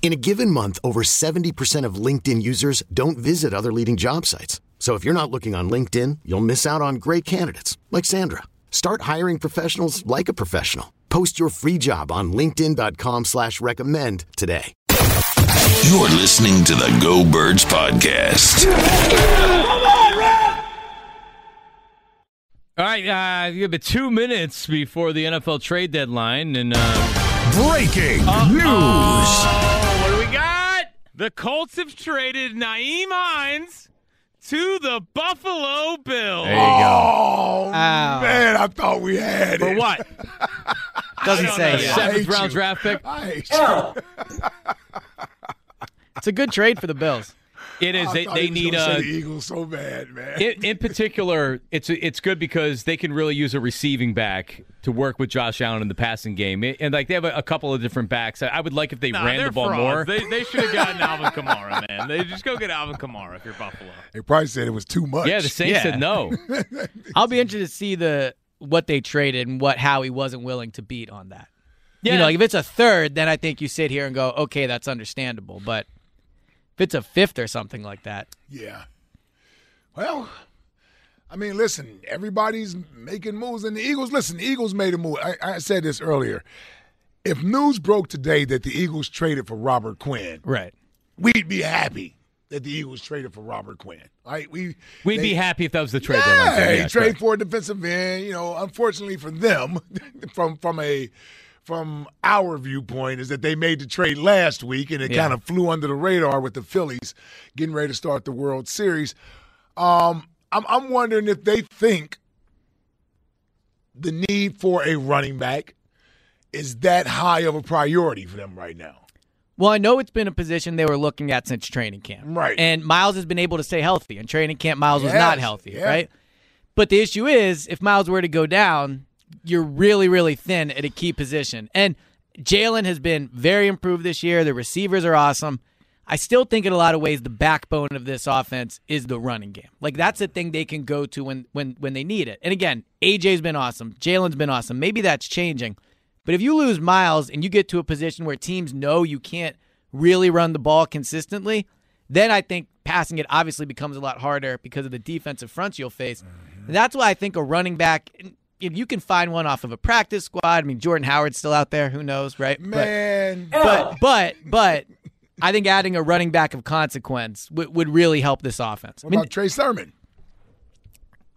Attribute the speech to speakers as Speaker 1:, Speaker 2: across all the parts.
Speaker 1: In a given month, over 70% of LinkedIn users don't visit other leading job sites. So if you're not looking on LinkedIn, you'll miss out on great candidates like Sandra. Start hiring professionals like a professional. Post your free job on linkedin.com slash recommend today.
Speaker 2: You're listening to the Go Birds Podcast.
Speaker 3: All right, uh, you have about two minutes before the NFL trade deadline, and uh,
Speaker 2: Breaking news.
Speaker 3: oh, what do we got? The Colts have traded Naeem Hines to the Buffalo Bills. There you go.
Speaker 4: Oh,
Speaker 3: Oh.
Speaker 4: Man, I thought we had
Speaker 3: For
Speaker 4: it.
Speaker 3: what?
Speaker 5: Doesn't say.
Speaker 3: A
Speaker 4: I
Speaker 5: yet.
Speaker 3: seventh
Speaker 4: hate
Speaker 3: round
Speaker 4: you.
Speaker 3: draft pick.
Speaker 4: I hate you.
Speaker 5: It's a good trade for the Bills.
Speaker 3: It is.
Speaker 4: I
Speaker 3: They,
Speaker 4: thought
Speaker 3: they
Speaker 4: he was
Speaker 3: need uh,
Speaker 4: gonna
Speaker 3: a.
Speaker 4: say the Eagles so bad, man.
Speaker 3: In, in particular, it's it's good because they can really use a receiving back to work with Josh Allen in the passing game, It- and like they have a, a couple of different backs. I, I would like if they ran the ball more.
Speaker 6: They, they should have gotten Alvin Kamara, man. They just go get Alvin Kamara if you're Buffalo.
Speaker 4: they probably said it was too much.
Speaker 3: yeah, the Saints
Speaker 5: Yeah.
Speaker 3: said no.
Speaker 5: I'll be interested to see the what they traded and what Howie wasn't willing to beat on that. You know, if it's a third, then I think you sit here and go, okay, that's understandable. But if it's a fifth or something like that,
Speaker 4: yeah. Well, I mean, listen, everybody's making moves, and the Eagles. Listen, the Eagles made a move. I, I said this earlier. If news broke today that the Eagles traded for Robert Quinn,
Speaker 5: right?
Speaker 4: we'd be happy that the Eagles traded for Robert Quinn. Right? We
Speaker 3: We'd
Speaker 4: they-
Speaker 3: be happy if that was the trade
Speaker 4: Yeah,
Speaker 3: deadline. thing.
Speaker 4: he trade
Speaker 3: correct.
Speaker 4: for a defensive end. You know, unfortunately for them, from from a from our viewpoint, is that they made the trade last week and it
Speaker 5: Yeah.
Speaker 4: kind of flew under the radar with the Phillies getting ready to start the World Series. Um, I'm, I'm wondering if they think the need for a running back is that high of a priority for them right now.
Speaker 5: Well, I know it's been a position they were looking at since training camp.
Speaker 4: Right.
Speaker 5: And Miles has been able to stay healthy. In training camp, Miles was
Speaker 4: Yes,
Speaker 5: not healthy,
Speaker 4: yeah.
Speaker 5: right? But the issue is, if Miles were to go down, you're really, really thin at a key position. And Jalen has been very improved this year. The receivers are awesome. I still think in a lot of ways the backbone of this offense is the running game. Like that's the thing they can go to when when when they need it. And again, AJ's been awesome. Jalen's been awesome. Maybe that's changing. But if you lose Miles and you get to a position where teams know you can't really run the ball consistently, then I think passing it obviously becomes a lot harder because of the defensive fronts you'll
Speaker 4: Uh,
Speaker 5: face. And that's why I think a running back, if you can find one off of a practice squad, I mean, Jordan Howard's still out there. Who knows, right? But-
Speaker 4: Man,
Speaker 5: But, but, but. I think adding a running back of consequence would, would really help this offense. I
Speaker 4: what
Speaker 5: mean,
Speaker 4: about Trey Sermon?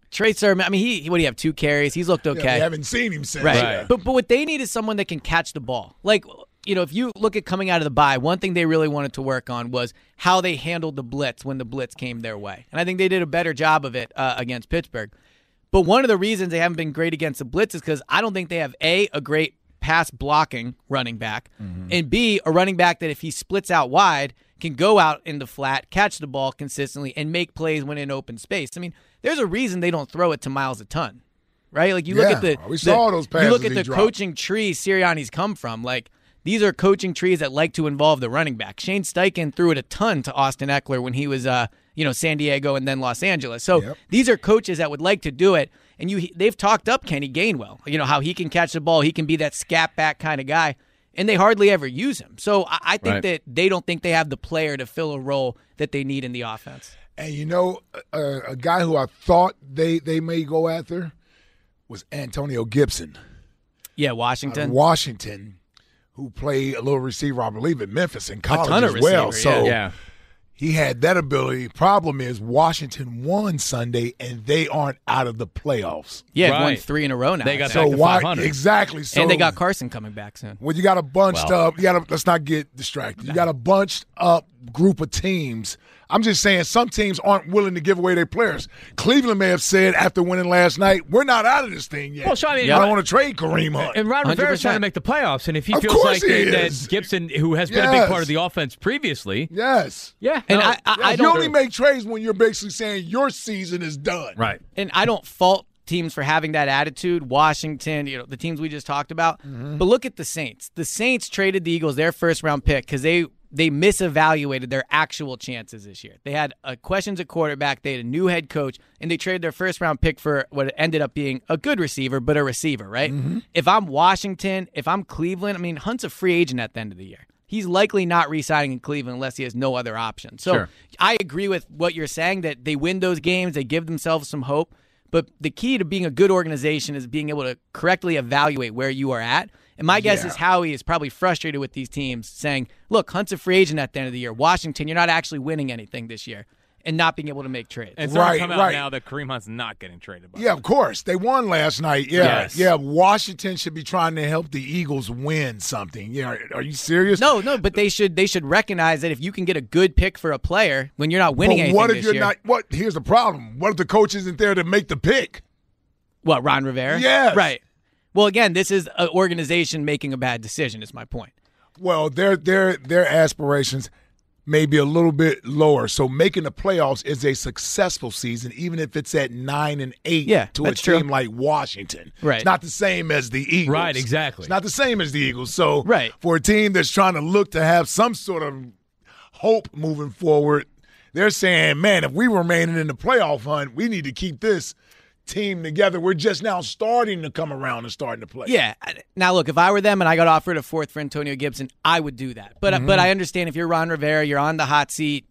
Speaker 5: Trey Sermon. I mean, he, he what do you have? Two carries. He's looked
Speaker 4: Yeah,
Speaker 5: okay.
Speaker 4: we haven't seen him since.
Speaker 5: Right.
Speaker 3: Right.
Speaker 5: But but what they need is someone that can catch the ball. Like you know, if you look at coming out of the bye, one thing they really wanted to work on was how they handled the blitz when the blitz came their way, and I think they did a better job of it uh, against Pittsburgh. But one of the reasons they haven't been great against the blitz is because I don't think they have a a great pass blocking running back, and b a running back that if he splits out wide can go out in the flat, catch the ball consistently, and make plays when in open space. I mean, there's a reason they don't throw it to Miles a ton right? Like you look
Speaker 4: Yeah,
Speaker 5: at the
Speaker 4: we
Speaker 5: the-
Speaker 4: saw those
Speaker 5: You
Speaker 4: passes
Speaker 5: look at
Speaker 4: he
Speaker 5: the
Speaker 4: dropped.
Speaker 5: coaching tree Sirianni's come from. Like these are coaching trees that like to involve the running back. Shane Steichen threw it a ton to Austin Eckler when he was, uh, you know, San Diego and then Los Angeles. So
Speaker 4: Yep.
Speaker 5: these are coaches that would like to do it. And you, they've talked up Kenny Gainwell. You know how he can catch the ball, he can be that scat back kind of guy. And they hardly ever use him. So I, I think
Speaker 3: Right.
Speaker 5: that they don't think they have the player to fill a role that they need in the offense.
Speaker 4: And you know, a, a guy who I thought they they may go after was Antonio Gibson,
Speaker 5: Yeah,
Speaker 4: out of
Speaker 5: Washington.
Speaker 4: Washington, who played a little receiver, I believe, in Memphis in college
Speaker 5: ton of
Speaker 4: as well.
Speaker 5: receiver,
Speaker 4: so
Speaker 5: yeah.
Speaker 3: Yeah.
Speaker 4: He had that ability. Problem is, Washington won Sunday, and they aren't out of the playoffs.
Speaker 5: Yeah, they've won
Speaker 3: Right.
Speaker 5: three in a row now.
Speaker 3: They got
Speaker 5: I
Speaker 4: So
Speaker 3: back
Speaker 5: think.
Speaker 3: to
Speaker 4: why
Speaker 3: 500.
Speaker 4: exactly? So
Speaker 5: and they got Carson coming back soon.
Speaker 4: Well, you got a bunched
Speaker 3: Well-
Speaker 4: up. You got to let's not get distracted. You got a bunched up group of teams. I'm just saying some teams aren't willing to give away their players. Cleveland may have said after winning last night, "We're not out of this thing yet.
Speaker 3: Well, so I mean-
Speaker 4: don't want to trade Kareem Hunt."
Speaker 3: And Ron Rivera's
Speaker 5: 100%.
Speaker 3: trying to make the playoffs, and if he
Speaker 4: Of
Speaker 3: feels
Speaker 4: course
Speaker 3: like
Speaker 4: he
Speaker 3: that-
Speaker 4: is.
Speaker 3: that Gibson, who has been a
Speaker 4: Yes.
Speaker 3: big part of the offense previously,
Speaker 4: yes.
Speaker 3: yeah,
Speaker 5: And
Speaker 3: no,
Speaker 5: I- I-
Speaker 4: Yes,
Speaker 5: I
Speaker 4: you
Speaker 5: don't-
Speaker 4: only make trades when you're basically saying your season is done.
Speaker 3: right.
Speaker 5: and I don't fault teams for having that attitude. Washington, you know, the teams we just talked about.
Speaker 4: Mm-hmm.
Speaker 5: But look at the Saints. The Saints traded the Eagles their first round pick because they they misevaluated their actual chances this year. They had uh, questions at quarterback. They had a new head coach, and they traded their first round pick for what ended up being a good receiver, but a receiver, right?
Speaker 4: Mm-hmm.
Speaker 5: If I'm Washington, if I'm Cleveland, I mean, Hunt's a free agent at the end of the year. He's likely not re-signing in Cleveland unless he has no other option. So
Speaker 3: Sure.
Speaker 5: I agree with what you're saying that they win those games, they give themselves some hope. But the key to being a good organization is being able to correctly evaluate where you are at. And my guess is Howie is probably frustrated with these teams saying, look, Hunt's a free agent at the end of the year. Washington, you're not actually winning anything this year and not being able to make trades.
Speaker 6: And starting
Speaker 4: Right,
Speaker 6: to come out
Speaker 4: right.
Speaker 6: now that Kareem Hunt's not getting traded. By
Speaker 4: Yeah, of course. They won last night. Yeah.
Speaker 3: Yes.
Speaker 4: Yeah, Washington should be trying to help the Eagles win something. Yeah, are- are you serious?
Speaker 5: no, no, but they should they should recognize that if you can get a good pick for a player when you're not winning
Speaker 4: but
Speaker 5: anything
Speaker 4: what if
Speaker 5: this
Speaker 4: you're
Speaker 5: year,
Speaker 4: not what here's the problem. What if the coach isn't there to make the pick?
Speaker 5: What Ron Rivera?
Speaker 4: Yes.
Speaker 5: Right. Well, again, this is an organization making a bad decision. Is my point.
Speaker 4: Well, their their their aspirations may be a little bit lower. So making the playoffs is a successful season, even if it's at nine and eight
Speaker 5: Yeah,
Speaker 4: to a
Speaker 5: that's true.
Speaker 4: team like Washington.
Speaker 5: Right.
Speaker 4: It's not the same as the Eagles.
Speaker 3: Right, exactly.
Speaker 4: It's not the same as the Eagles. So
Speaker 5: Right.
Speaker 4: for a team that's trying to look to have some sort of hope moving forward, they're saying, Man, if we remaining in the playoff hunt, we need to keep this team together. We're just now starting to come around and starting to play.
Speaker 5: Yeah. Now, look, if I were them and I got offered a fourth for Antonio Gibson, I would do that. But but I understand if you're Ron Rivera, you're on the hot seat,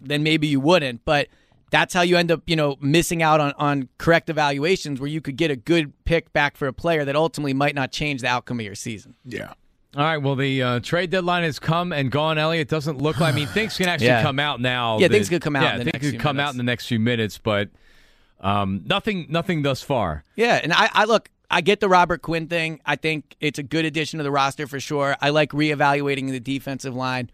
Speaker 5: then maybe you wouldn't. But that's how you end up, you know, missing out on on correct evaluations where you could get a good pick back for a player that ultimately might not change the outcome of your season.
Speaker 4: Yeah.
Speaker 3: All right. Well, the uh, trade deadline has come and gone, Elliot. Doesn't look like. I mean, things can actually
Speaker 5: Yeah.
Speaker 3: come out now.
Speaker 5: Yeah, things could come out
Speaker 3: Yeah,
Speaker 5: in the
Speaker 3: things
Speaker 5: next
Speaker 3: could
Speaker 5: few
Speaker 3: come out
Speaker 5: minutes.
Speaker 3: in the next few minutes, but um, nothing, nothing thus far.
Speaker 5: Yeah, and I, I look, I get the Robert Quinn thing. I think it's a good addition to the roster for sure. I like reevaluating the defensive line.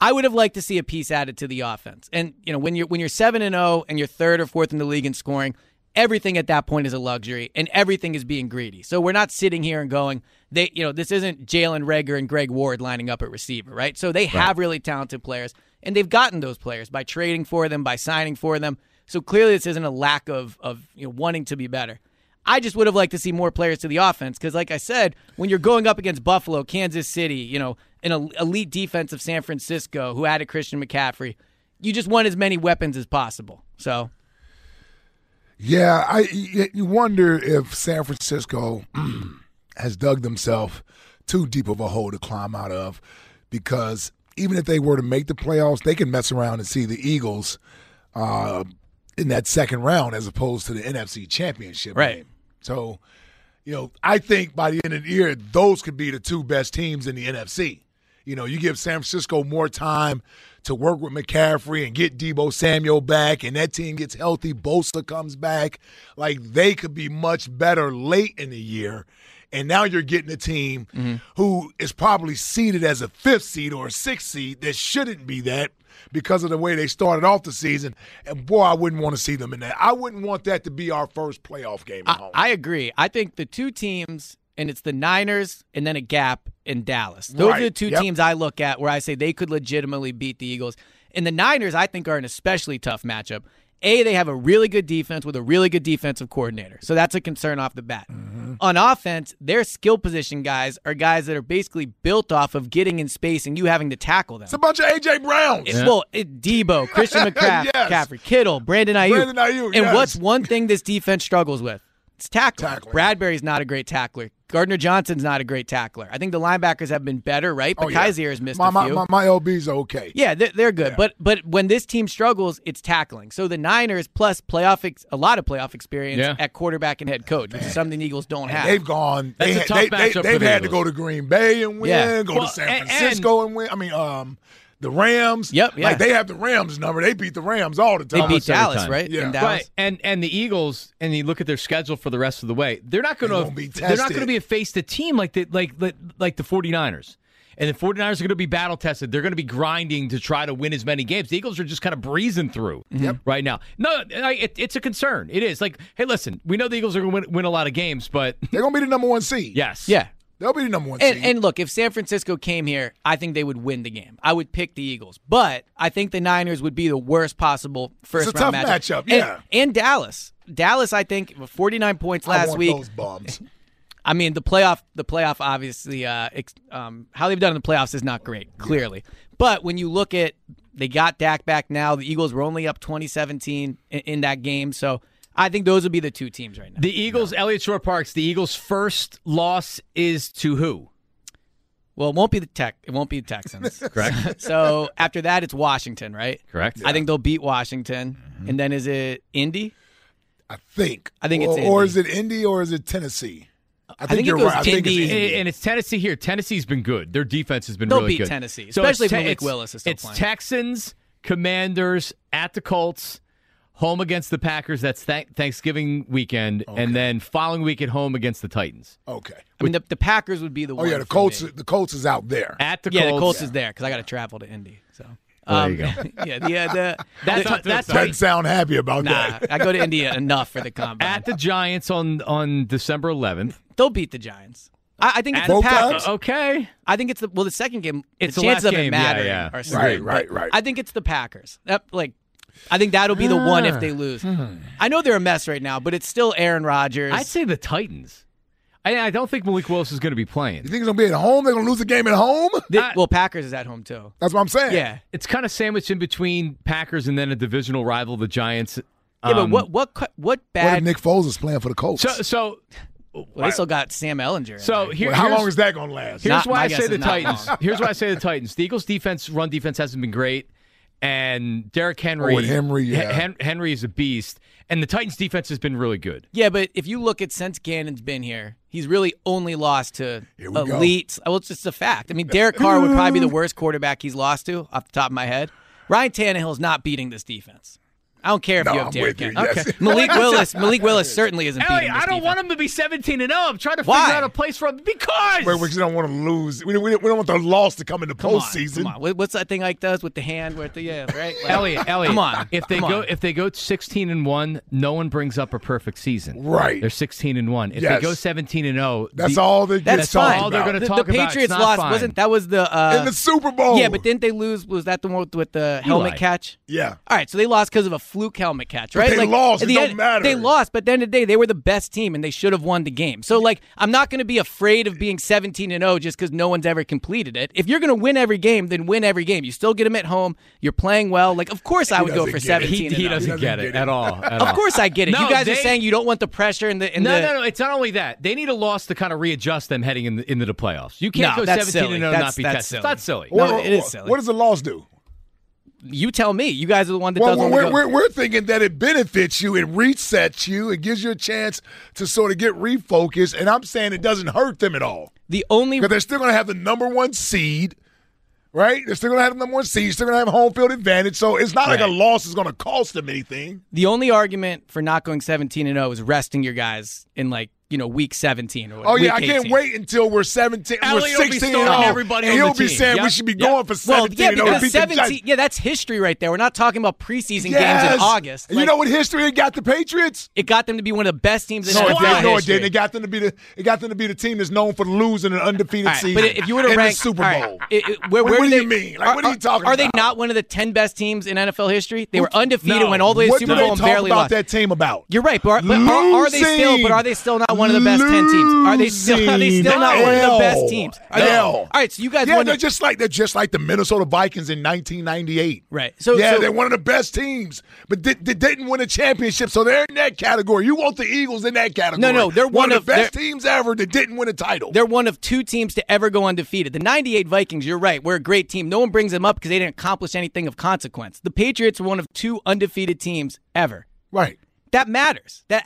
Speaker 5: I would have liked to see a piece added to the offense. And you know, when you're when you're seven and zero and you're third or fourth in the league in scoring, everything at that point is a luxury, and everything is being greedy. So we're not sitting here and going, they, you know, this isn't Jalen Rager and Greg Ward lining up at receiver, right? So they have really talented players, and they've gotten those players by trading for them, by signing for them. So clearly, this isn't a lack of of you know wanting to be better. I just would have liked to see more players to the offense because, like I said, when you're going up against Buffalo, Kansas City, you know, an el- elite defense of San Francisco who added Christian McCaffrey, you just want as many weapons as possible. So,
Speaker 4: Yeah, I y- you wonder if San Francisco mm, has dug themselves too deep of a hole to climb out of because even if they were to make the playoffs, they can mess around and see the Eagles uh, in that second round as opposed to the NFC Championship
Speaker 5: Right.
Speaker 4: game. So, you know, I think by the end of the year, those could be the two best teams in the NFC. You know, you give San Francisco more time to work with McCaffrey and get Debo Samuel back, and that team gets healthy. Bosa comes back. Like, they could be much better late in the year. And now you're getting a team
Speaker 5: Mm-hmm.
Speaker 4: who is probably seeded as a fifth seed or a sixth seed that shouldn't be that because of the way they started off the season. And boy, I wouldn't want to see them in that. I wouldn't want that to be our first playoff game at
Speaker 5: I,
Speaker 4: home.
Speaker 5: I agree. I think the two teams, and it's the Niners and then a gap in Dallas. Those
Speaker 4: Right.
Speaker 5: are the two
Speaker 4: Yep.
Speaker 5: teams I look at where I say they could legitimately beat the Eagles. And the Niners, I think, are an especially tough matchup. A, they have a really good defense with a really good defensive coordinator. So that's a concern off the bat.
Speaker 4: Mm-hmm.
Speaker 5: On offense, their skill position guys are guys that are basically built off of getting in space and you having to tackle them.
Speaker 4: It's a bunch of AJ Browns.
Speaker 5: It- Well, it, Debo, Christian McCaff-
Speaker 4: Yes.
Speaker 5: McCaffrey, Kittle, Brandon Ayuk.
Speaker 4: Brandon Ayuk,
Speaker 5: And
Speaker 4: yes.
Speaker 5: what's one thing this defense struggles with? It's tackling.
Speaker 4: Tackling.
Speaker 5: Bradbury's not a great tackler. Gardner Johnson's not a great tackler. I think the linebackers have been better, right? But
Speaker 4: Oh, yeah.
Speaker 5: Kaiser has missed
Speaker 4: my,
Speaker 5: a
Speaker 4: my,
Speaker 5: few.
Speaker 4: my, my LB's are okay.
Speaker 5: Yeah, they're, they're good. But but when this team struggles, it's tackling. So the Niners plus playoff ex- a lot of playoff experience
Speaker 3: Yeah.
Speaker 5: at quarterback and head coach, which is something the Eagles don't have.
Speaker 4: They've gone.
Speaker 3: That's
Speaker 4: they
Speaker 3: a
Speaker 4: had-
Speaker 3: tough
Speaker 4: they,
Speaker 3: matchup
Speaker 4: they,
Speaker 3: for
Speaker 4: they've
Speaker 3: the
Speaker 4: had to go
Speaker 3: Eagles.
Speaker 4: to Green Bay and win.
Speaker 5: Yeah.
Speaker 4: Go
Speaker 3: Well,
Speaker 4: to
Speaker 3: a-
Speaker 4: San
Speaker 3: and-
Speaker 4: Francisco and, win. I mean, um, the Rams.
Speaker 5: Yep, yeah.
Speaker 4: Like they have the Rams number. They beat the Rams all the
Speaker 5: They
Speaker 4: time.
Speaker 5: beat Dallas,
Speaker 3: time.
Speaker 5: right?
Speaker 4: Yeah.
Speaker 5: In Dallas.
Speaker 3: Right, and and the Eagles, and you look at their schedule for the rest of the way. They're not going
Speaker 4: They
Speaker 3: to
Speaker 4: won't be
Speaker 3: they're not
Speaker 4: tested.
Speaker 3: going to be a face to team like the like like, like the 49ers. And the 49ers are going to be battle tested. They're going to be grinding to try to win as many games. The Eagles are just kind of breezing through right now. No, I, it, it's a concern. It is like, hey, listen, we know the Eagles are going to win, win a lot of games, but
Speaker 4: They're gonna be the number one seed.
Speaker 3: yes,
Speaker 5: Yeah.
Speaker 4: They'll be the number one
Speaker 5: And,
Speaker 4: seed.
Speaker 5: and look, if San Francisco came here, I think they would win the game. I would pick the Eagles, but I think the Niners would be the worst possible first round
Speaker 4: tough matchup,
Speaker 5: And-
Speaker 4: yeah.
Speaker 5: and, Dallas, Dallas, I think with 49 points
Speaker 4: I
Speaker 5: last
Speaker 4: want
Speaker 5: week.
Speaker 4: those bums.
Speaker 5: I mean, the playoff, the playoff, obviously, uh, ex- um, how they've done in the playoffs is not great, clearly. But when you look at, they got Dak back now. The Eagles were only up 2017 in, in that game, so I think those would be the two teams right now.
Speaker 3: The Eagles, Elliott Shore Parks. The Eagles' first loss is to who?
Speaker 5: Well, it won't be the Tech. It won't be the Texans. Correct. so after that, it's Washington, right?
Speaker 3: Correct. Mm-hmm.
Speaker 5: I think they'll beat Washington, and then is it Indy?
Speaker 4: I think.
Speaker 5: I think
Speaker 4: or,
Speaker 5: it's
Speaker 4: Or
Speaker 5: Indy.
Speaker 4: is it Indy or is it Tennessee? I think,
Speaker 5: think it
Speaker 4: you're
Speaker 5: goes
Speaker 4: right. I think it's
Speaker 5: Indy.
Speaker 4: Indy.
Speaker 3: and it's Tennessee here. Tennessee's been good. Their defense has been
Speaker 5: They'll
Speaker 3: really
Speaker 5: beat
Speaker 3: good.
Speaker 5: Tennessee,
Speaker 3: So it's
Speaker 5: especially if
Speaker 3: Te-
Speaker 5: Malik
Speaker 3: it's-
Speaker 5: Willis is still
Speaker 3: It's
Speaker 5: playing.
Speaker 3: Texans, Commanders at the Colts, home against the Packers. That's th- Thanksgiving weekend, and then following week at home against the Titans
Speaker 4: Okay.
Speaker 5: I mean, the, the Packers would be the.
Speaker 4: Oh
Speaker 5: one
Speaker 4: yeah, the
Speaker 5: for
Speaker 4: Colts.
Speaker 5: me.
Speaker 4: The Colts is out there.
Speaker 3: at the
Speaker 5: Yeah,
Speaker 3: Colts.
Speaker 5: the Colts is there because I got to travel to Indy. So
Speaker 3: there you go.
Speaker 5: yeah, the, uh, the
Speaker 3: That's
Speaker 5: the-
Speaker 3: not- that's
Speaker 4: Doesn't
Speaker 3: right.
Speaker 4: sound happy about
Speaker 5: nah.
Speaker 4: that.
Speaker 5: I go to India enough for the combine.
Speaker 3: At the Giants on on December 11th.
Speaker 5: they'll beat the Giants. I, I think it's
Speaker 3: At-
Speaker 5: the
Speaker 4: Both
Speaker 5: Packers.
Speaker 4: times?
Speaker 3: Okay.
Speaker 5: I think it's the well, the second game.
Speaker 3: It's
Speaker 5: the
Speaker 3: the
Speaker 5: chances
Speaker 3: last
Speaker 5: of it
Speaker 3: game, yeah,
Speaker 5: mattering
Speaker 3: yeah.
Speaker 5: are slim,
Speaker 4: Right,
Speaker 5: but
Speaker 4: right, right.
Speaker 5: I think it's the Packers. That like, I think that'll be the one if they
Speaker 4: Ah.
Speaker 5: lose.
Speaker 4: Hmm.
Speaker 5: I know they're a mess right now, but it's still Aaron Rodgers.
Speaker 3: I'd say the Titans. I, I don't think Malik Willis is going to be
Speaker 4: You
Speaker 3: playing.
Speaker 4: think it's gonna be at home? They're gonna lose the game at home?
Speaker 5: Th-
Speaker 3: I-
Speaker 5: well, Packers is at home too.
Speaker 4: That's what I'm saying.
Speaker 5: Yeah,
Speaker 3: It's kind of sandwiched in between Packers and then a divisional rival, the Giants.
Speaker 5: yeah, but
Speaker 3: Um,
Speaker 5: what what cu- what
Speaker 4: What if
Speaker 5: bad?
Speaker 4: Nick Foles is playing for the Colts?
Speaker 3: So, so,
Speaker 5: well, they still got Sam Ellinger. in
Speaker 3: so
Speaker 5: there.
Speaker 3: here,
Speaker 4: Well, how
Speaker 3: here's-
Speaker 4: long is that gonna last?
Speaker 3: Here's
Speaker 5: Not- my
Speaker 3: why I
Speaker 5: guess
Speaker 3: say
Speaker 5: is
Speaker 3: the
Speaker 5: not
Speaker 3: Titans.
Speaker 5: long.
Speaker 3: Here's why I say the Titans. The Eagles' defense, run defense, hasn't been great, and Derrick Henry.
Speaker 4: Oh, and Henry, yeah.
Speaker 3: Hen- Henry is a beast, and the Titans' defense has been really good.
Speaker 5: yeah, but if you look at since Gannon's been here, he's really only lost to
Speaker 4: Here we go.
Speaker 5: elite. Well, it's just a fact. I mean, Derek Carr would probably be the worst quarterback he's lost to off the top of my head. Ryan Tannehill's not beating this defense. I don't care if
Speaker 4: No,
Speaker 5: you have
Speaker 4: I'm
Speaker 5: Derek
Speaker 4: with you,
Speaker 5: Henry.
Speaker 4: yes. Okay.
Speaker 5: Malik Willis. Malik Willis certainly isn't beating
Speaker 3: Elliot,
Speaker 5: this
Speaker 3: I don't
Speaker 5: defense.
Speaker 3: want him to be 17 and 0. I'm trying to figure
Speaker 5: Why?
Speaker 3: out a place for him because
Speaker 4: Where we just don't want to lose. We don't, we don't we don't want the loss to come in the
Speaker 5: Come on,
Speaker 4: postseason.
Speaker 5: Come on. What- What's that thing Ike does with the hand? With the yeah, right? Like-
Speaker 3: Elliot, Elliot.
Speaker 5: Come on.
Speaker 3: If they
Speaker 5: Come
Speaker 3: go
Speaker 5: on.
Speaker 3: if they go 16 and 1, no one brings up a perfect season.
Speaker 4: Right.
Speaker 3: They're 16 and 1. If
Speaker 4: Yes.
Speaker 3: they go 17 and oh, 0,
Speaker 4: That's all they
Speaker 5: That's
Speaker 4: get
Speaker 5: fine.
Speaker 4: talked
Speaker 3: all they're
Speaker 4: about.
Speaker 3: gonna
Speaker 5: the,
Speaker 3: talk
Speaker 5: the
Speaker 3: about. It's
Speaker 5: Patriots
Speaker 3: not
Speaker 5: lost.
Speaker 3: fine.
Speaker 5: Wasn't that was the uh,
Speaker 4: in the Super Bowl.
Speaker 5: yeah? But didn't they lose? Was that the one with the helmet
Speaker 3: Eli.
Speaker 5: catch?
Speaker 4: yeah,
Speaker 5: All right, so they lost because of a fluke helmet catch, right?
Speaker 4: they lost.
Speaker 5: at
Speaker 4: It
Speaker 5: the
Speaker 4: don't
Speaker 5: end-
Speaker 4: matter.
Speaker 5: They lost, but at the end of the day, they were the best team and they should have won the game. So, like, I'm not going to be afraid of being 17 and 0 just because no one's ever completed it. If you're going to win every game, then win every game. You still get them at home. You're playing well. Like, of course, I would go
Speaker 4: doesn't
Speaker 5: for
Speaker 4: get it.
Speaker 5: 17.
Speaker 3: he,
Speaker 5: and
Speaker 3: he
Speaker 5: 0.
Speaker 3: doesn't get it at all. at all.
Speaker 5: Of course, I get it.
Speaker 3: No,
Speaker 5: you guys
Speaker 3: they-
Speaker 5: are saying you don't want the pressure in the in
Speaker 3: No,
Speaker 5: the.
Speaker 3: no, no. It's not only that. They need a loss to kind of readjust them heading in the, into the playoffs. You can't
Speaker 5: No,
Speaker 3: go
Speaker 5: that's
Speaker 3: 17
Speaker 5: silly.
Speaker 3: and 0
Speaker 5: That's-
Speaker 3: not be
Speaker 5: that's
Speaker 3: tested.
Speaker 5: silly.
Speaker 3: That's silly.
Speaker 5: No,
Speaker 4: Well,
Speaker 5: it is
Speaker 4: what-
Speaker 5: silly.
Speaker 4: What does the loss do?
Speaker 5: You tell me. You guys are the one that
Speaker 4: Well,
Speaker 5: doesn't.
Speaker 4: we're,
Speaker 5: wanna
Speaker 4: we're,
Speaker 5: go-
Speaker 4: we're, we're thinking that it benefits you, it resets you, it gives you a chance to sort of get refocused, and I'm saying it doesn't hurt them at all.
Speaker 5: the only
Speaker 4: Because they're still going to have the number one seed, right? They're still going to have the number one seed, still going to have home field advantage, so it's not like a
Speaker 3: Right.
Speaker 4: loss is going to cost them anything.
Speaker 5: the only argument for not going 17 and 0 is resting your guys in like you know week 17 or whatever.
Speaker 4: Oh, yeah, I
Speaker 5: week
Speaker 4: can't
Speaker 5: 18.
Speaker 4: wait until we're 17, we're
Speaker 3: Elliott will be
Speaker 4: 16 and
Speaker 3: starting
Speaker 4: 0,
Speaker 3: everybody
Speaker 4: and
Speaker 3: on
Speaker 4: he'll
Speaker 3: the
Speaker 4: be
Speaker 3: team.
Speaker 4: saying we
Speaker 3: Yep.
Speaker 4: should be going for 17
Speaker 5: Well, yeah,
Speaker 4: and 0 to
Speaker 5: because
Speaker 4: beat the Giants.
Speaker 5: 17, yeah, that's history right there. We're not talking about preseason games in August.
Speaker 4: And you
Speaker 5: Like,
Speaker 4: know what history it got the Patriots?
Speaker 5: it got them to be one of the best teams in
Speaker 4: No, it
Speaker 5: NFL
Speaker 4: didn't. No, it
Speaker 5: history.
Speaker 4: didn't. It got them to be the it got them to be the team that's known for losing an undefeated
Speaker 5: All right,
Speaker 4: season.
Speaker 5: but if you were to
Speaker 4: and
Speaker 5: rank
Speaker 4: the Super Bowl,
Speaker 5: all right, it- it- where,
Speaker 4: What-
Speaker 5: where
Speaker 4: what do
Speaker 5: they,
Speaker 4: you mean? Like, what are you talking
Speaker 5: Are they
Speaker 4: about?
Speaker 5: not one of the ten best teams in NFL history? They were undefeated,
Speaker 3: no.
Speaker 5: went all the way to
Speaker 4: what
Speaker 5: Super
Speaker 4: do
Speaker 5: Bowl,
Speaker 4: they
Speaker 5: and
Speaker 4: talk
Speaker 5: barely
Speaker 4: about
Speaker 5: lost.
Speaker 4: that team about?
Speaker 5: You're right, but, are, but are, are they still? But
Speaker 4: Losing.
Speaker 5: are they still not one of the best ten teams? Are they still? Are they still not one of the
Speaker 4: Losing.
Speaker 5: best teams? Are they-
Speaker 4: No.
Speaker 5: All right, so you guys
Speaker 4: yeah,
Speaker 5: won.
Speaker 4: they're
Speaker 5: the-
Speaker 4: just like they're just like the Minnesota Vikings in 1998.
Speaker 5: Right. So-
Speaker 4: yeah,
Speaker 5: so-
Speaker 4: they're one of the best teams, but they, they didn't win a championship, so they're in that category. You want the Eagles in that category?
Speaker 5: No, no, they're one
Speaker 4: of
Speaker 5: of-
Speaker 4: the best
Speaker 5: they're-
Speaker 4: teams ever that didn't win a title.
Speaker 5: They're one of two teams to ever go undefeated. The 98 Vikings, you're right, we're a great team. No one brings them up because they didn't accomplish anything of consequence. The Patriots were one of two undefeated teams ever.
Speaker 4: right.
Speaker 5: That matters. That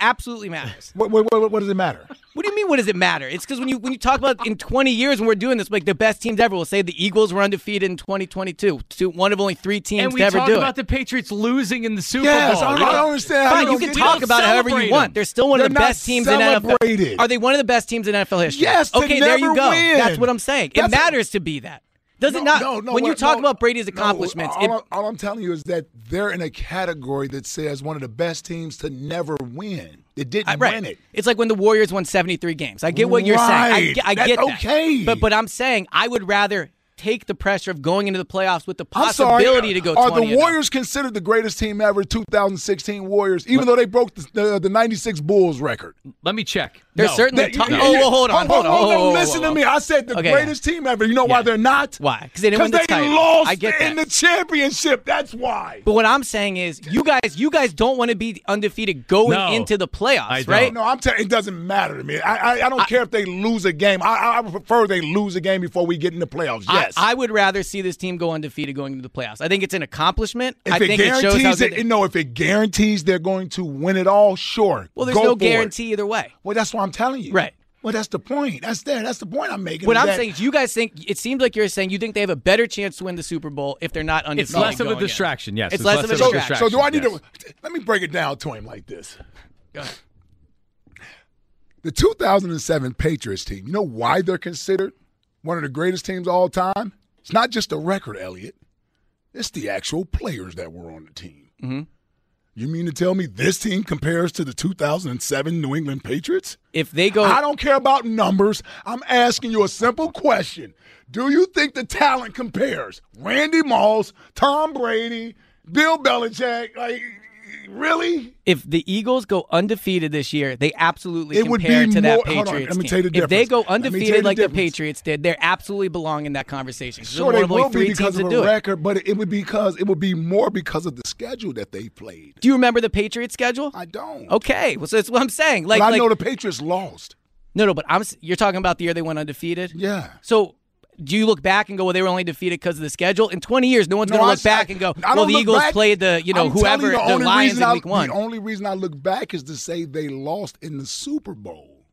Speaker 5: absolutely matters.
Speaker 4: What, what, what, what does it matter?
Speaker 5: What do you mean? What does it matter? It's because when you when you talk about in 20 years when we're doing this, like the best teams ever, we'll say the Eagles were undefeated in 2022, two, one of only three teams
Speaker 3: and we
Speaker 5: to ever
Speaker 3: talked
Speaker 5: do
Speaker 3: about
Speaker 5: it.
Speaker 3: the Patriots losing in the Super
Speaker 4: Yes,
Speaker 3: Bowl.
Speaker 4: I,
Speaker 3: We
Speaker 4: don't- I
Speaker 3: don't-
Speaker 4: don't understand. I
Speaker 5: Oh, Fine,
Speaker 4: don't
Speaker 5: you can
Speaker 4: get it.
Speaker 5: talk
Speaker 3: don't
Speaker 5: about it however you
Speaker 3: celebrate
Speaker 5: want.
Speaker 3: them.
Speaker 5: They're still one of the
Speaker 4: They're not
Speaker 5: best teams in NFL.
Speaker 4: celebrated.
Speaker 5: Are they one of the best teams in NFL history?
Speaker 4: Yes, to
Speaker 5: Okay, there
Speaker 4: never
Speaker 5: you go.
Speaker 4: win.
Speaker 5: That's what I'm saying. It
Speaker 4: That's a-
Speaker 5: matters to be that. Does it not? when you
Speaker 4: what-
Speaker 5: talk
Speaker 4: no,
Speaker 5: about Brady's
Speaker 4: no,
Speaker 5: accomplishments,
Speaker 4: all,
Speaker 5: it-
Speaker 4: I'm- all I'm telling you is that they're in a category that says one of the best teams to never win. They didn't
Speaker 5: I- right.
Speaker 4: win it.
Speaker 5: It's like when the Warriors won 73 games. I get what you're saying. I
Speaker 4: Right.
Speaker 5: get, I
Speaker 4: That's
Speaker 5: get that.
Speaker 4: okay.
Speaker 5: But but I'm saying I would rather take the pressure of going into the playoffs with the
Speaker 4: I'm sorry.
Speaker 5: possibility to go
Speaker 4: Are
Speaker 5: 20
Speaker 4: the
Speaker 5: and oh.
Speaker 4: Warriors considered the greatest team ever? 2016 Warriors, even though they broke the, the, the 96 Bulls record.
Speaker 3: Let me check.
Speaker 5: They're
Speaker 3: No.
Speaker 5: certainly
Speaker 4: That-
Speaker 5: top-
Speaker 4: you-
Speaker 5: Oh,
Speaker 4: you-
Speaker 5: well, hold on, hold
Speaker 4: no,
Speaker 5: on. Whoa, whoa, whoa,
Speaker 4: listen
Speaker 5: whoa,
Speaker 4: to me. I said the
Speaker 5: Okay,
Speaker 4: greatest team ever. You know why
Speaker 5: Yeah.
Speaker 4: they're not?
Speaker 5: Why? 'Cause they didn't win
Speaker 4: Because
Speaker 5: the
Speaker 4: they
Speaker 5: title.
Speaker 4: lost
Speaker 5: I get
Speaker 4: in
Speaker 5: that.
Speaker 4: the championship. That's why.
Speaker 5: But what I'm saying is you guys you guys don't want to be undefeated going
Speaker 3: No.
Speaker 5: into the playoffs,
Speaker 3: I don't.
Speaker 5: right?
Speaker 4: No, I'm telling. It doesn't matter to me. I I, I don't care if they lose a game. I, I I would prefer they lose a game before we get in the playoffs.
Speaker 5: I-
Speaker 4: Yes.
Speaker 5: I, would rather see this team go undefeated going into the playoffs. I think it's an accompliment.
Speaker 4: if
Speaker 5: I
Speaker 4: it
Speaker 5: think it
Speaker 4: guarantees
Speaker 5: shows how good
Speaker 4: it,
Speaker 5: they-
Speaker 4: no, if it guarantees they're going to win it all, sure.
Speaker 5: Well, there's
Speaker 4: go
Speaker 5: no
Speaker 4: for it.
Speaker 5: guarantee either way.
Speaker 4: Well, that's what I'm telling you.
Speaker 5: Right.
Speaker 4: Well, that's the point. That's there. That's the point I'm making.
Speaker 5: What
Speaker 4: is
Speaker 5: I'm
Speaker 4: that-
Speaker 5: saying is, you guys think it seems like you're saying you think they have a better chance to win the Super Bowl if they're not
Speaker 3: It's
Speaker 5: undefeated.
Speaker 3: less of a
Speaker 5: going in.
Speaker 3: distraction. Yes,
Speaker 5: It's less of a
Speaker 4: So,
Speaker 5: distraction.
Speaker 4: so do I need
Speaker 3: yes.
Speaker 4: to? Let me break it down to him like this. The 2007 Patriots team. You know why they're considered one of the greatest teams of all time? It's not just the record, Elliot. It's the actual players that were on the team.
Speaker 5: Mm-hmm.
Speaker 4: You mean to tell me this team compares to the 2007 New England Patriots?
Speaker 5: If they go,
Speaker 4: I don't care about numbers. I'm asking you a simple question. Do you think the talent compares? Randy Moss, Tom Brady, Bill Belichick, like really?
Speaker 5: if the Eagles go undefeated this year, they absolutely
Speaker 4: It would
Speaker 5: compare
Speaker 4: be
Speaker 5: to that
Speaker 4: more- hold on,
Speaker 5: Patriots
Speaker 4: let me
Speaker 5: team.
Speaker 4: tell you the
Speaker 5: if they
Speaker 4: difference.
Speaker 5: go
Speaker 4: Let me tell you
Speaker 5: undefeated
Speaker 4: the
Speaker 5: like the
Speaker 4: difference.
Speaker 5: Patriots did, they absolutely belong in that conversation. 'Cause
Speaker 4: Sure,
Speaker 5: they're
Speaker 4: they
Speaker 5: one of
Speaker 4: will
Speaker 5: only three
Speaker 4: be because
Speaker 5: teams
Speaker 4: of
Speaker 5: to
Speaker 4: a
Speaker 5: do it.
Speaker 4: record, but it would be because it would be more because of the schedule that they played.
Speaker 5: Do you remember the Patriots schedule?
Speaker 4: I don't.
Speaker 5: okay, well, so that's what I'm saying. Like,
Speaker 4: but I
Speaker 5: like-
Speaker 4: know the Patriots lost.
Speaker 5: no, no, but I'm s- you're talking about the year they went undefeated.
Speaker 4: Yeah.
Speaker 5: So. Do you look back and go, well, they were only defeated because of the schedule? In 20 years, no one's
Speaker 4: No,
Speaker 5: going to
Speaker 4: I
Speaker 5: look
Speaker 4: s-
Speaker 5: back and go,
Speaker 4: I
Speaker 5: well,
Speaker 4: don't
Speaker 5: the
Speaker 4: look
Speaker 5: Eagles
Speaker 4: back.
Speaker 5: played the, you know,
Speaker 4: I'm telling
Speaker 5: whoever,
Speaker 4: you, the, only
Speaker 5: Lions
Speaker 4: reason
Speaker 5: in
Speaker 4: I-
Speaker 5: week one.
Speaker 4: The only reason I look back is to say they lost in the Super Bowl.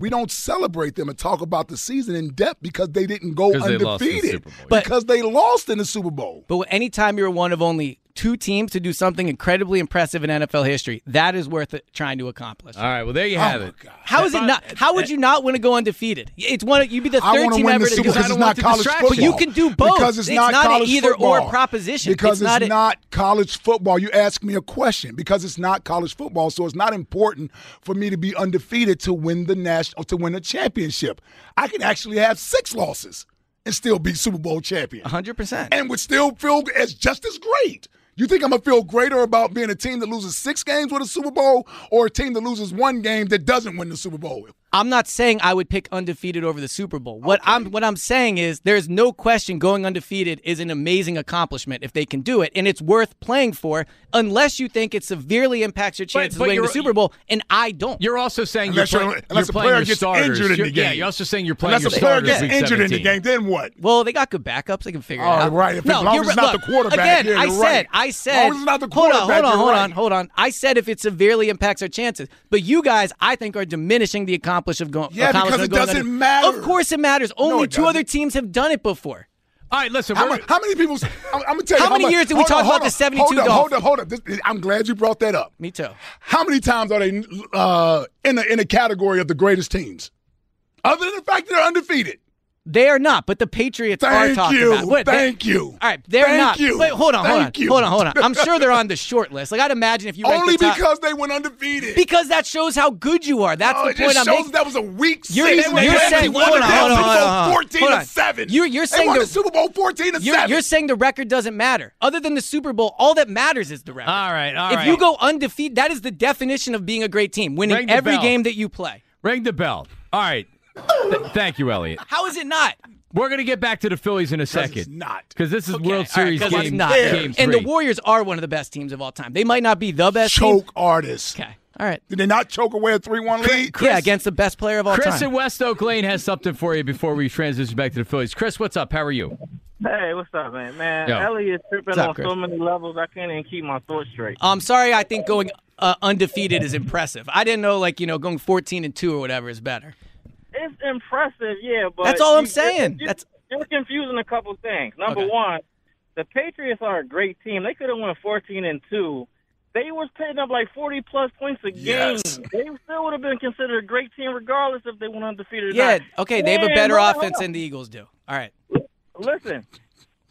Speaker 4: We don't celebrate them and talk about the season in depth because they didn't go
Speaker 3: 'Cause they lost in the
Speaker 4: undefeated.
Speaker 3: Super Bowl,
Speaker 5: yeah.
Speaker 4: because they lost in the Super Bowl.
Speaker 5: But anytime you're one of only two teams to do something incredibly impressive in NFL history, that is worth it trying to accomplish.
Speaker 3: All right. Well, there you have
Speaker 4: Oh, my
Speaker 3: it.
Speaker 4: God.
Speaker 5: How is it not? How would you not want to go undefeated? It's one. of- You'd be the
Speaker 4: I
Speaker 5: third
Speaker 4: want to
Speaker 5: team
Speaker 4: win
Speaker 5: ever
Speaker 4: the
Speaker 5: to do
Speaker 4: Super Bowl because
Speaker 3: because
Speaker 5: something.
Speaker 3: I
Speaker 4: it's
Speaker 3: don't
Speaker 4: not
Speaker 3: want the
Speaker 4: college
Speaker 3: distraction.
Speaker 4: football.
Speaker 3: But you
Speaker 5: can do both.
Speaker 4: Because it's,
Speaker 5: It's
Speaker 4: not,
Speaker 5: not an
Speaker 4: college
Speaker 5: either-or
Speaker 4: football.
Speaker 5: proposition. It's
Speaker 4: Because it's,
Speaker 5: not a-
Speaker 4: not college football. You ask me a question because it's not college football, so it's not important for me to be undefeated to win the national to win a championship. I can actually have six losses and still be Super Bowl champion.
Speaker 5: Uh-huh. 100%.
Speaker 4: and would still feel as just as great. You think I'm gonna feel greater about being a team that loses six games with a Super Bowl or a team that loses one game that doesn't win the Super Bowl?
Speaker 5: I'm not saying I would pick undefeated over the Super Bowl. What I'm what I'm saying is there's no question going undefeated is an amazing accomplishment if they can do it, and it's worth playing for unless you think it severely impacts your chances
Speaker 3: but
Speaker 5: of winning the
Speaker 3: you're-
Speaker 5: Super Bowl, and I don't.
Speaker 3: You're also saying
Speaker 4: Unless
Speaker 3: you're
Speaker 4: you're-
Speaker 3: playing,
Speaker 4: unless
Speaker 3: you're
Speaker 4: a
Speaker 3: playing
Speaker 4: player
Speaker 3: your
Speaker 4: gets
Speaker 3: starters.
Speaker 4: injured in the
Speaker 3: You're- Yeah,
Speaker 4: game.
Speaker 3: you're also saying you're playing
Speaker 4: Unless
Speaker 3: your
Speaker 4: a player
Speaker 3: starters
Speaker 4: gets
Speaker 3: week
Speaker 4: injured in the game,
Speaker 3: 17.
Speaker 4: then what?
Speaker 5: Well, they got good backups. They can figure it
Speaker 4: All
Speaker 5: out.
Speaker 4: Oh, right, if-
Speaker 5: no,
Speaker 4: as long
Speaker 5: you're
Speaker 4: as it's
Speaker 5: right.
Speaker 4: not
Speaker 5: Look,
Speaker 4: the quarterback,
Speaker 5: Again,
Speaker 4: yeah,
Speaker 5: I
Speaker 4: you're
Speaker 5: said,
Speaker 4: right.
Speaker 5: I
Speaker 4: As
Speaker 5: said,
Speaker 4: long as it's not the quarterback,
Speaker 5: Hold on,
Speaker 4: you're
Speaker 5: hold on, hold on,
Speaker 4: right.
Speaker 5: hold on. I said if it severely impacts our chances, but you guys, I think, are diminishing the accomplishment of going.
Speaker 4: Yeah, because
Speaker 5: accomplishment
Speaker 4: it
Speaker 5: of going
Speaker 4: doesn't
Speaker 5: under-
Speaker 4: matter.
Speaker 5: Of course, it matters. Only
Speaker 4: it
Speaker 5: two other
Speaker 4: doesn't.
Speaker 5: teams have done it before.
Speaker 3: All right. Listen.
Speaker 4: How,
Speaker 3: we're-
Speaker 4: mu- how many people? I'm, gonna tell you.
Speaker 5: How many
Speaker 4: much-
Speaker 5: years did we
Speaker 4: hold
Speaker 5: talk
Speaker 4: on, hold
Speaker 5: about the
Speaker 4: on,
Speaker 5: 72
Speaker 4: Hold up, hold
Speaker 5: Dolphins?
Speaker 4: up, hold up. This- I'm glad you brought that up.
Speaker 5: Me too.
Speaker 4: How many times are they uh, in the in the category of the greatest teams? Other than the fact that they're undefeated.
Speaker 5: They are not, but the Patriots are
Speaker 4: Thank
Speaker 5: talking
Speaker 4: you.
Speaker 5: about. it. What, they-
Speaker 4: Thank you.
Speaker 5: All right, they're
Speaker 4: Thank
Speaker 5: not.
Speaker 4: you.
Speaker 5: Wait, hold on, hold
Speaker 4: Thank
Speaker 5: on,
Speaker 4: you.
Speaker 5: hold on, hold on. I'm sure they're on the short list. Like I'd imagine if you ranked
Speaker 4: Only
Speaker 5: the top-
Speaker 4: because they went undefeated.
Speaker 5: because that shows how good you are. That's
Speaker 4: Oh,
Speaker 5: the
Speaker 4: it
Speaker 5: point
Speaker 4: just
Speaker 5: I'm
Speaker 4: shows
Speaker 5: making.
Speaker 4: that was a weak
Speaker 5: You're-
Speaker 4: season.
Speaker 5: you're
Speaker 4: they
Speaker 5: saying-
Speaker 4: won
Speaker 5: hold
Speaker 4: the
Speaker 5: on, hold on,
Speaker 4: Super Bowl
Speaker 5: hold on, hold on.
Speaker 4: 14
Speaker 5: Hold on.
Speaker 4: to 7.
Speaker 5: You're- you're
Speaker 4: They
Speaker 5: saying
Speaker 4: won
Speaker 5: the-
Speaker 4: the Super Bowl 14 to
Speaker 5: You're,
Speaker 4: 7.
Speaker 5: you're saying the record doesn't matter. Other than the Super Bowl, all that matters is the record.
Speaker 3: All right, all
Speaker 5: if
Speaker 3: right.
Speaker 5: you go undefeated, that is the definition of being a great team, winning
Speaker 3: Ring the
Speaker 5: every
Speaker 3: bell.
Speaker 5: game that you play.
Speaker 3: Ring the bell. All right. Th- thank you, Elliot.
Speaker 5: How is it not?
Speaker 3: We're gonna get back to the Phillies in a second.
Speaker 4: it's not.
Speaker 3: because this is
Speaker 5: Okay,
Speaker 3: World
Speaker 5: all right,
Speaker 3: Series
Speaker 5: 'cause it's
Speaker 3: game,
Speaker 5: not.
Speaker 3: game
Speaker 5: And the
Speaker 3: three.
Speaker 5: Warriors are one of the best teams of all time. They might not be the best team.
Speaker 4: choke artists.
Speaker 5: Okay. All right.
Speaker 4: Did they not choke away a 3 1 lead?
Speaker 5: yeah, against the best player of all
Speaker 3: Chris in
Speaker 5: time.
Speaker 3: West Oak Lane has something for you before we transition back to the Phillies. Chris, what's up? How are you?
Speaker 7: Hey, what's up, man? Man,
Speaker 3: Yo.
Speaker 7: Elliot's tripping
Speaker 5: What's up,
Speaker 7: on
Speaker 5: Chris?
Speaker 7: so many levels. I can't even keep my thoughts straight.
Speaker 5: I'm Um, sorry. I think going uh, undefeated is impressive. I didn't know like you know going fourteen and two or whatever is better.
Speaker 7: It's impressive, yeah, but
Speaker 5: That's all I'm
Speaker 7: you-
Speaker 5: saying.
Speaker 7: You're,
Speaker 5: That's-
Speaker 7: you're confusing a couple things. Number
Speaker 5: Okay.
Speaker 7: one, the Patriots are a great team. They could have won fourteen and two. They was putting up like forty plus points a game.
Speaker 4: Yes.
Speaker 7: They still would have been considered a great team regardless if they went undefeated. or
Speaker 5: Yeah.
Speaker 7: not.
Speaker 5: Okay. They have a
Speaker 7: Man,
Speaker 5: better
Speaker 7: hold on,
Speaker 5: offense
Speaker 7: hold
Speaker 5: than the Eagles do. All right.
Speaker 7: on. Listen,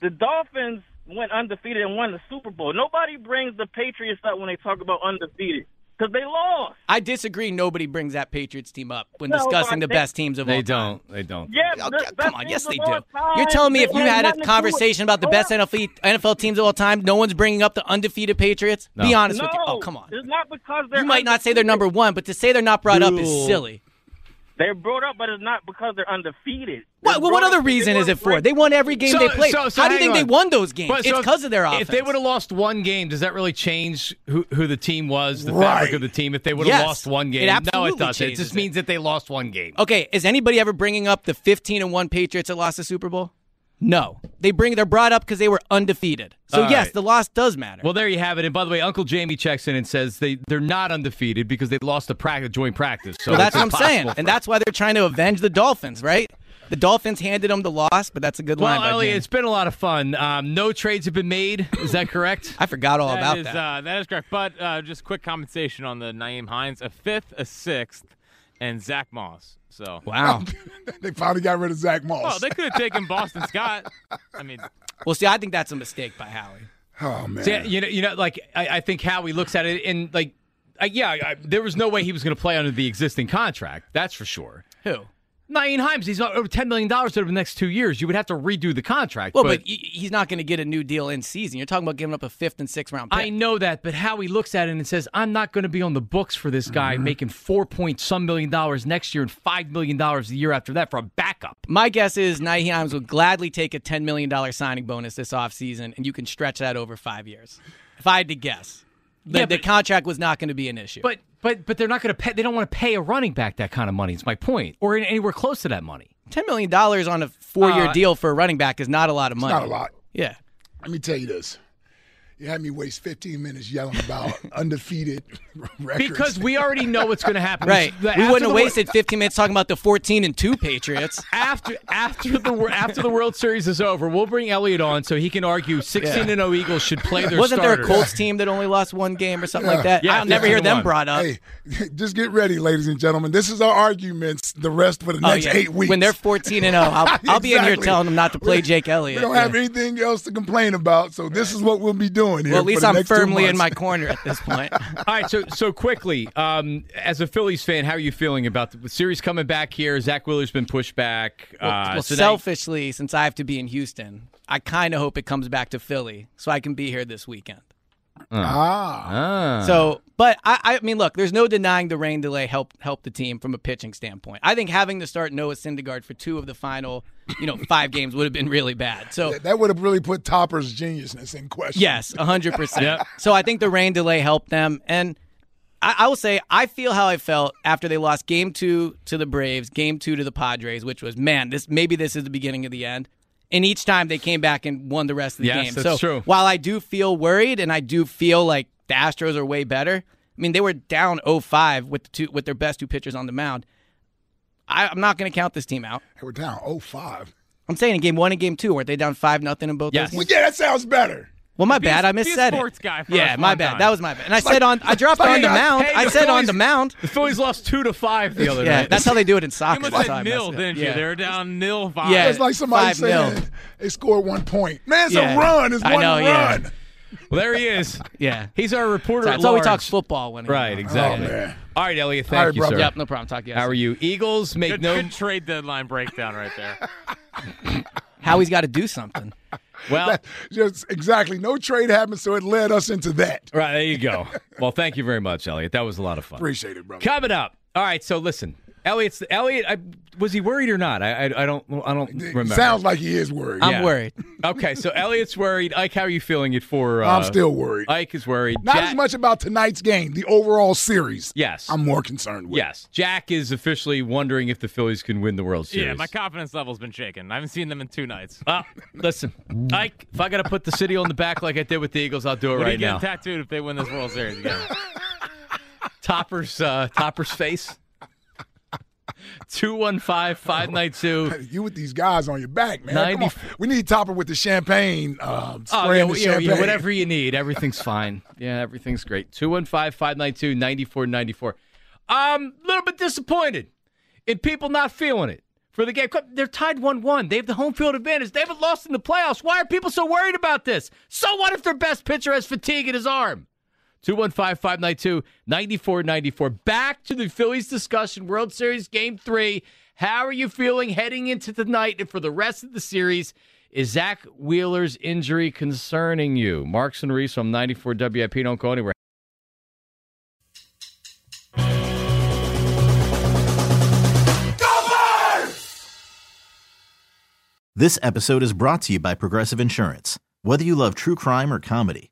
Speaker 7: the Dolphins went undefeated and won the Super Bowl. Nobody brings the Patriots up when they talk about undefeated because they lost.
Speaker 5: I disagree. Nobody brings that Patriots team up when
Speaker 7: No,
Speaker 5: discussing the
Speaker 7: but they-
Speaker 5: best teams of all
Speaker 3: They
Speaker 5: time.
Speaker 3: don't. They don't.
Speaker 7: Yeah,
Speaker 5: Oh,
Speaker 7: the
Speaker 5: c-
Speaker 7: best
Speaker 5: come on,
Speaker 7: teams
Speaker 5: yes
Speaker 7: of
Speaker 5: they do.
Speaker 7: all time,
Speaker 5: You're telling me if
Speaker 7: they
Speaker 5: you had
Speaker 7: nothing
Speaker 5: a
Speaker 7: to do
Speaker 5: conversation
Speaker 7: with-
Speaker 5: about the best NFL, NFL teams of all time, no one's bringing up the undefeated Patriots? Be
Speaker 3: No.
Speaker 5: honest
Speaker 7: No,
Speaker 5: with you. Oh, come on.
Speaker 7: It's not because they're
Speaker 5: You might not say they're
Speaker 7: undefeated.
Speaker 5: number one, but to say they're not brought up is
Speaker 3: Rule.
Speaker 5: silly.
Speaker 7: They're brought up, but it's not because they're undefeated.
Speaker 5: What, well, what other reason is it for? They won every game
Speaker 3: So-
Speaker 5: they played.
Speaker 3: so- so
Speaker 5: How do you
Speaker 3: hang
Speaker 5: think they
Speaker 3: on.
Speaker 5: won those games?
Speaker 3: But
Speaker 5: it's
Speaker 3: so
Speaker 5: because of their offense.
Speaker 3: If they would have lost one game, does that really change who, who the team was, the fabric
Speaker 4: Right.
Speaker 3: of the team? If they would have
Speaker 5: Yes.
Speaker 3: lost one
Speaker 5: It
Speaker 3: game, no,
Speaker 5: absolutely
Speaker 3: it doesn't. It
Speaker 5: changes
Speaker 3: just
Speaker 5: it.
Speaker 3: means that they lost one game.
Speaker 5: Okay, is anybody ever bringing up the 15 and 1 Patriots that lost the Super Bowl? No. They bring they're brought up cuz they were undefeated. So
Speaker 3: All
Speaker 5: yes,
Speaker 3: right.
Speaker 5: the loss does matter.
Speaker 3: Well, there you have it. And by the way, Uncle Jamie checks in and says they they're not undefeated because they lost a practice joint practice. So
Speaker 5: Well, that's
Speaker 3: it's
Speaker 5: what I'm saying,
Speaker 3: impossible for-
Speaker 5: and that's why they're trying to avenge the Dolphins, right? The Dolphins handed them the loss, but that's a good line.
Speaker 3: Well,
Speaker 5: by
Speaker 3: Elliot,
Speaker 5: James.
Speaker 3: it's been a lot of fun. Um, no trades have been made. Is that correct?
Speaker 5: I forgot all about
Speaker 6: is,
Speaker 5: that.
Speaker 6: Uh, that is correct. But uh, just quick compensation on the Naeem Hines, a fifth, a sixth, and Zach Moss. So.
Speaker 5: wow.
Speaker 4: they finally got rid of Zach
Speaker 6: Well,
Speaker 3: Oh,
Speaker 4: Moss.
Speaker 6: they could have taken Boston Scott. I mean,
Speaker 5: well, see, I think that's a mistake by Howie.
Speaker 4: oh man.
Speaker 3: So, yeah, you know, you know, like I, I think Howie looks at it and like, I, yeah, I, there was no way he was going to play under the existing contract. That's for sure.
Speaker 5: Who?
Speaker 3: Naeem Himes, he's not over ten million dollars over the next two years. You would have to redo the contract.
Speaker 5: Well, but, he- he's not going to get a new deal in season. You're talking about giving up a fifth and sixth round pick.
Speaker 3: I know that. But Howie looks at it and says, "I'm not going to be on the books for this guy
Speaker 5: Mm-hmm.
Speaker 3: making four point some million dollars next year and five million dollars the year after that for a backup."
Speaker 5: My guess is Naheem Himes will gladly take a $10 million signing bonus this offseason, and you can stretch that over five years. If I had to guess, the,
Speaker 3: Yeah,
Speaker 5: the
Speaker 3: but-
Speaker 5: contract was not going to be an issue.
Speaker 3: But but but they're not going to pay. They don't want to pay a running back that kind of money. It's my point, or anywhere close to that money.
Speaker 5: $10 million on a four year
Speaker 3: Uh,
Speaker 5: deal for a running back is not a lot of money.
Speaker 4: Not a lot.
Speaker 5: Yeah.
Speaker 4: Let me tell you this. You had me waste 15 minutes yelling about undefeated records.
Speaker 3: Because we already know what's going to happen.
Speaker 5: Right.
Speaker 3: The-
Speaker 5: We
Speaker 3: after
Speaker 5: wouldn't
Speaker 3: the
Speaker 5: have
Speaker 3: wor-
Speaker 5: wasted 15 minutes talking about the 14 and 2 Patriots.
Speaker 3: after after the wor- after the World Series is over. We'll bring Elliot on so he can argue 16 and 0 Eagles should play their
Speaker 5: Wasn't there a
Speaker 3: starters.
Speaker 5: Colts team that only lost one game or something like that?
Speaker 3: Yeah,
Speaker 5: I'll never
Speaker 3: 15
Speaker 5: hear
Speaker 3: to
Speaker 5: them
Speaker 3: one.
Speaker 5: brought up.
Speaker 4: Hey, just get ready, ladies and gentlemen. This is our arguments. The rest for the
Speaker 5: Oh,
Speaker 4: next
Speaker 5: yeah.
Speaker 4: eight weeks.
Speaker 5: When they're 14 and 0, I'll, I'll be in here
Speaker 4: Exactly.
Speaker 5: telling them not to play
Speaker 4: We-
Speaker 5: Jake
Speaker 4: We
Speaker 5: Elliott.
Speaker 4: don't
Speaker 5: Yeah.
Speaker 4: have anything else to complain about, so this is what we'll be doing here.
Speaker 5: Well, at
Speaker 4: for
Speaker 5: least
Speaker 4: the
Speaker 5: I'm
Speaker 4: next two
Speaker 5: firmly in
Speaker 4: months.
Speaker 5: my corner at this point.
Speaker 3: All right, so so quickly, um, as a Phillies fan, how are you feeling about the series coming back here? Zach Wheeler's been pushed back. uh,
Speaker 5: well,
Speaker 3: so now-
Speaker 5: selfishly, since I have to be in Houston, I kind of hope it comes back to Philly so I can be here this weekend.
Speaker 4: Ah,
Speaker 3: Ah.
Speaker 5: So, but I, I mean, look, there's no denying the rain delay helped helped the team from a pitching standpoint. I think having to start Noah Syndergaard for two of the final, you know, five games would have been really bad. So,
Speaker 4: that- that would have really put Topper's geniusness in question.
Speaker 5: Yes, hundred percent. So I think the rain delay helped them, and I, I will say I feel how I felt after they lost Game Two to the Braves, Game Two to the Padres, which was man, this maybe this is the beginning of the end. And each time they came back and won the rest of the
Speaker 3: Yes,
Speaker 5: game.
Speaker 3: that's
Speaker 5: so
Speaker 3: true.
Speaker 5: while I do feel worried, and I do feel like the Astros are way better. I mean, they were down 0-5 with the two with their best two pitchers on the mound. I, I'm not going to count this team out.
Speaker 4: They We're down 05.
Speaker 5: I'm saying in game one and game two, weren't they down five nothing in both?
Speaker 3: Yes.
Speaker 5: those
Speaker 4: Well, yeah, that sounds better.
Speaker 5: well, my
Speaker 6: a-
Speaker 5: bad. I
Speaker 6: be a
Speaker 5: missaid
Speaker 6: sports
Speaker 5: it.
Speaker 6: guy for
Speaker 5: yeah,
Speaker 6: us
Speaker 5: my
Speaker 6: one
Speaker 5: bad.
Speaker 6: time.
Speaker 5: That was my bad. And I said on. I dropped on the
Speaker 4: hey,
Speaker 5: mound.
Speaker 3: hey,
Speaker 5: I
Speaker 3: the
Speaker 5: said on
Speaker 3: Phillies-
Speaker 5: the mound.
Speaker 3: the Phillies lost two to five the other
Speaker 5: Yeah,
Speaker 3: night.
Speaker 5: that's how they do it in
Speaker 6: you
Speaker 5: soccer.
Speaker 6: must
Speaker 5: That's
Speaker 6: have
Speaker 5: how I
Speaker 6: said nil,
Speaker 5: messed it up.
Speaker 6: didn't you?
Speaker 5: Yeah.
Speaker 6: They were down nil five.
Speaker 5: Yeah.
Speaker 4: It's like somebody
Speaker 5: Five nil.
Speaker 4: saying they scored one point. Man, it's
Speaker 5: Yeah.
Speaker 4: a run. It's
Speaker 5: I
Speaker 4: one
Speaker 5: know, yeah.
Speaker 4: run.
Speaker 3: well, there he is.
Speaker 5: Yeah.
Speaker 3: He's our reporter.
Speaker 5: That's
Speaker 3: at
Speaker 5: why we
Speaker 3: large.
Speaker 5: talk football when
Speaker 3: Right, exactly.
Speaker 4: Oh, man.
Speaker 3: All right, Elliot, thank
Speaker 4: All right,
Speaker 3: you,
Speaker 4: brother.
Speaker 3: sir.
Speaker 5: Yep. No problem. Talk to you.
Speaker 3: How are you? Eagles make
Speaker 6: Good,
Speaker 3: no
Speaker 6: good trade deadline breakdown right there.
Speaker 5: Howie's got to do something.
Speaker 3: well.
Speaker 4: Just exactly. No trade happened, so it led us into that.
Speaker 3: Right, there you go. Well, thank you very much, Elliot. That was a lot of fun.
Speaker 4: Appreciate it, brother.
Speaker 3: Coming up. All right, so listen. Elliot's Elliot I, was he worried or not? I I, I don't I don't remember.
Speaker 4: Sounds like he is worried.
Speaker 5: I'm
Speaker 3: Yeah.
Speaker 5: worried.
Speaker 3: Okay, so Elliot's worried. Ike, how are you feeling it for uh,
Speaker 4: I'm still worried.
Speaker 3: Ike is worried.
Speaker 4: Not
Speaker 3: Jack-
Speaker 4: as much about tonight's game, the overall series.
Speaker 3: Yes.
Speaker 4: I'm more concerned with.
Speaker 3: Yes. Jack is officially wondering if the Phillies can win the World Series.
Speaker 6: yeah, my confidence level's been shaken. I haven't seen them in two nights.
Speaker 3: Uh, listen, Ike, if I got to put the city on the back like I did with the Eagles, I'll do it
Speaker 6: What are you
Speaker 3: right now.
Speaker 6: getting tattooed if they win this World Series again?
Speaker 3: Topper's uh, Topper's face. 215-592.
Speaker 4: You with these guys on your back, man. Come
Speaker 3: 90
Speaker 4: on. We need Topper with the champagne, uh,
Speaker 3: Oh, yeah,
Speaker 4: spraying the
Speaker 3: you know,
Speaker 4: champagne.
Speaker 3: you know, whatever you need, everything's fine. Yeah, everything's great. 215-592-9494. I'm a Um, little bit disappointed in people not feeling it for the game. They're tied 1-1. They have the home field advantage. They haven't lost in the playoffs. Why are people so worried about this? So what if their best pitcher has fatigue in his arm? 215-592-9494. Back to the Phillies discussion, World Series Game 3. How are you feeling heading into tonight and for the rest of the series? Is Zach Wheeler's injury concerning you? Marks and Reese from 94 WIP. Don't go anywhere.
Speaker 8: This episode is brought to you by Progressive Insurance. Whether you love true crime or comedy,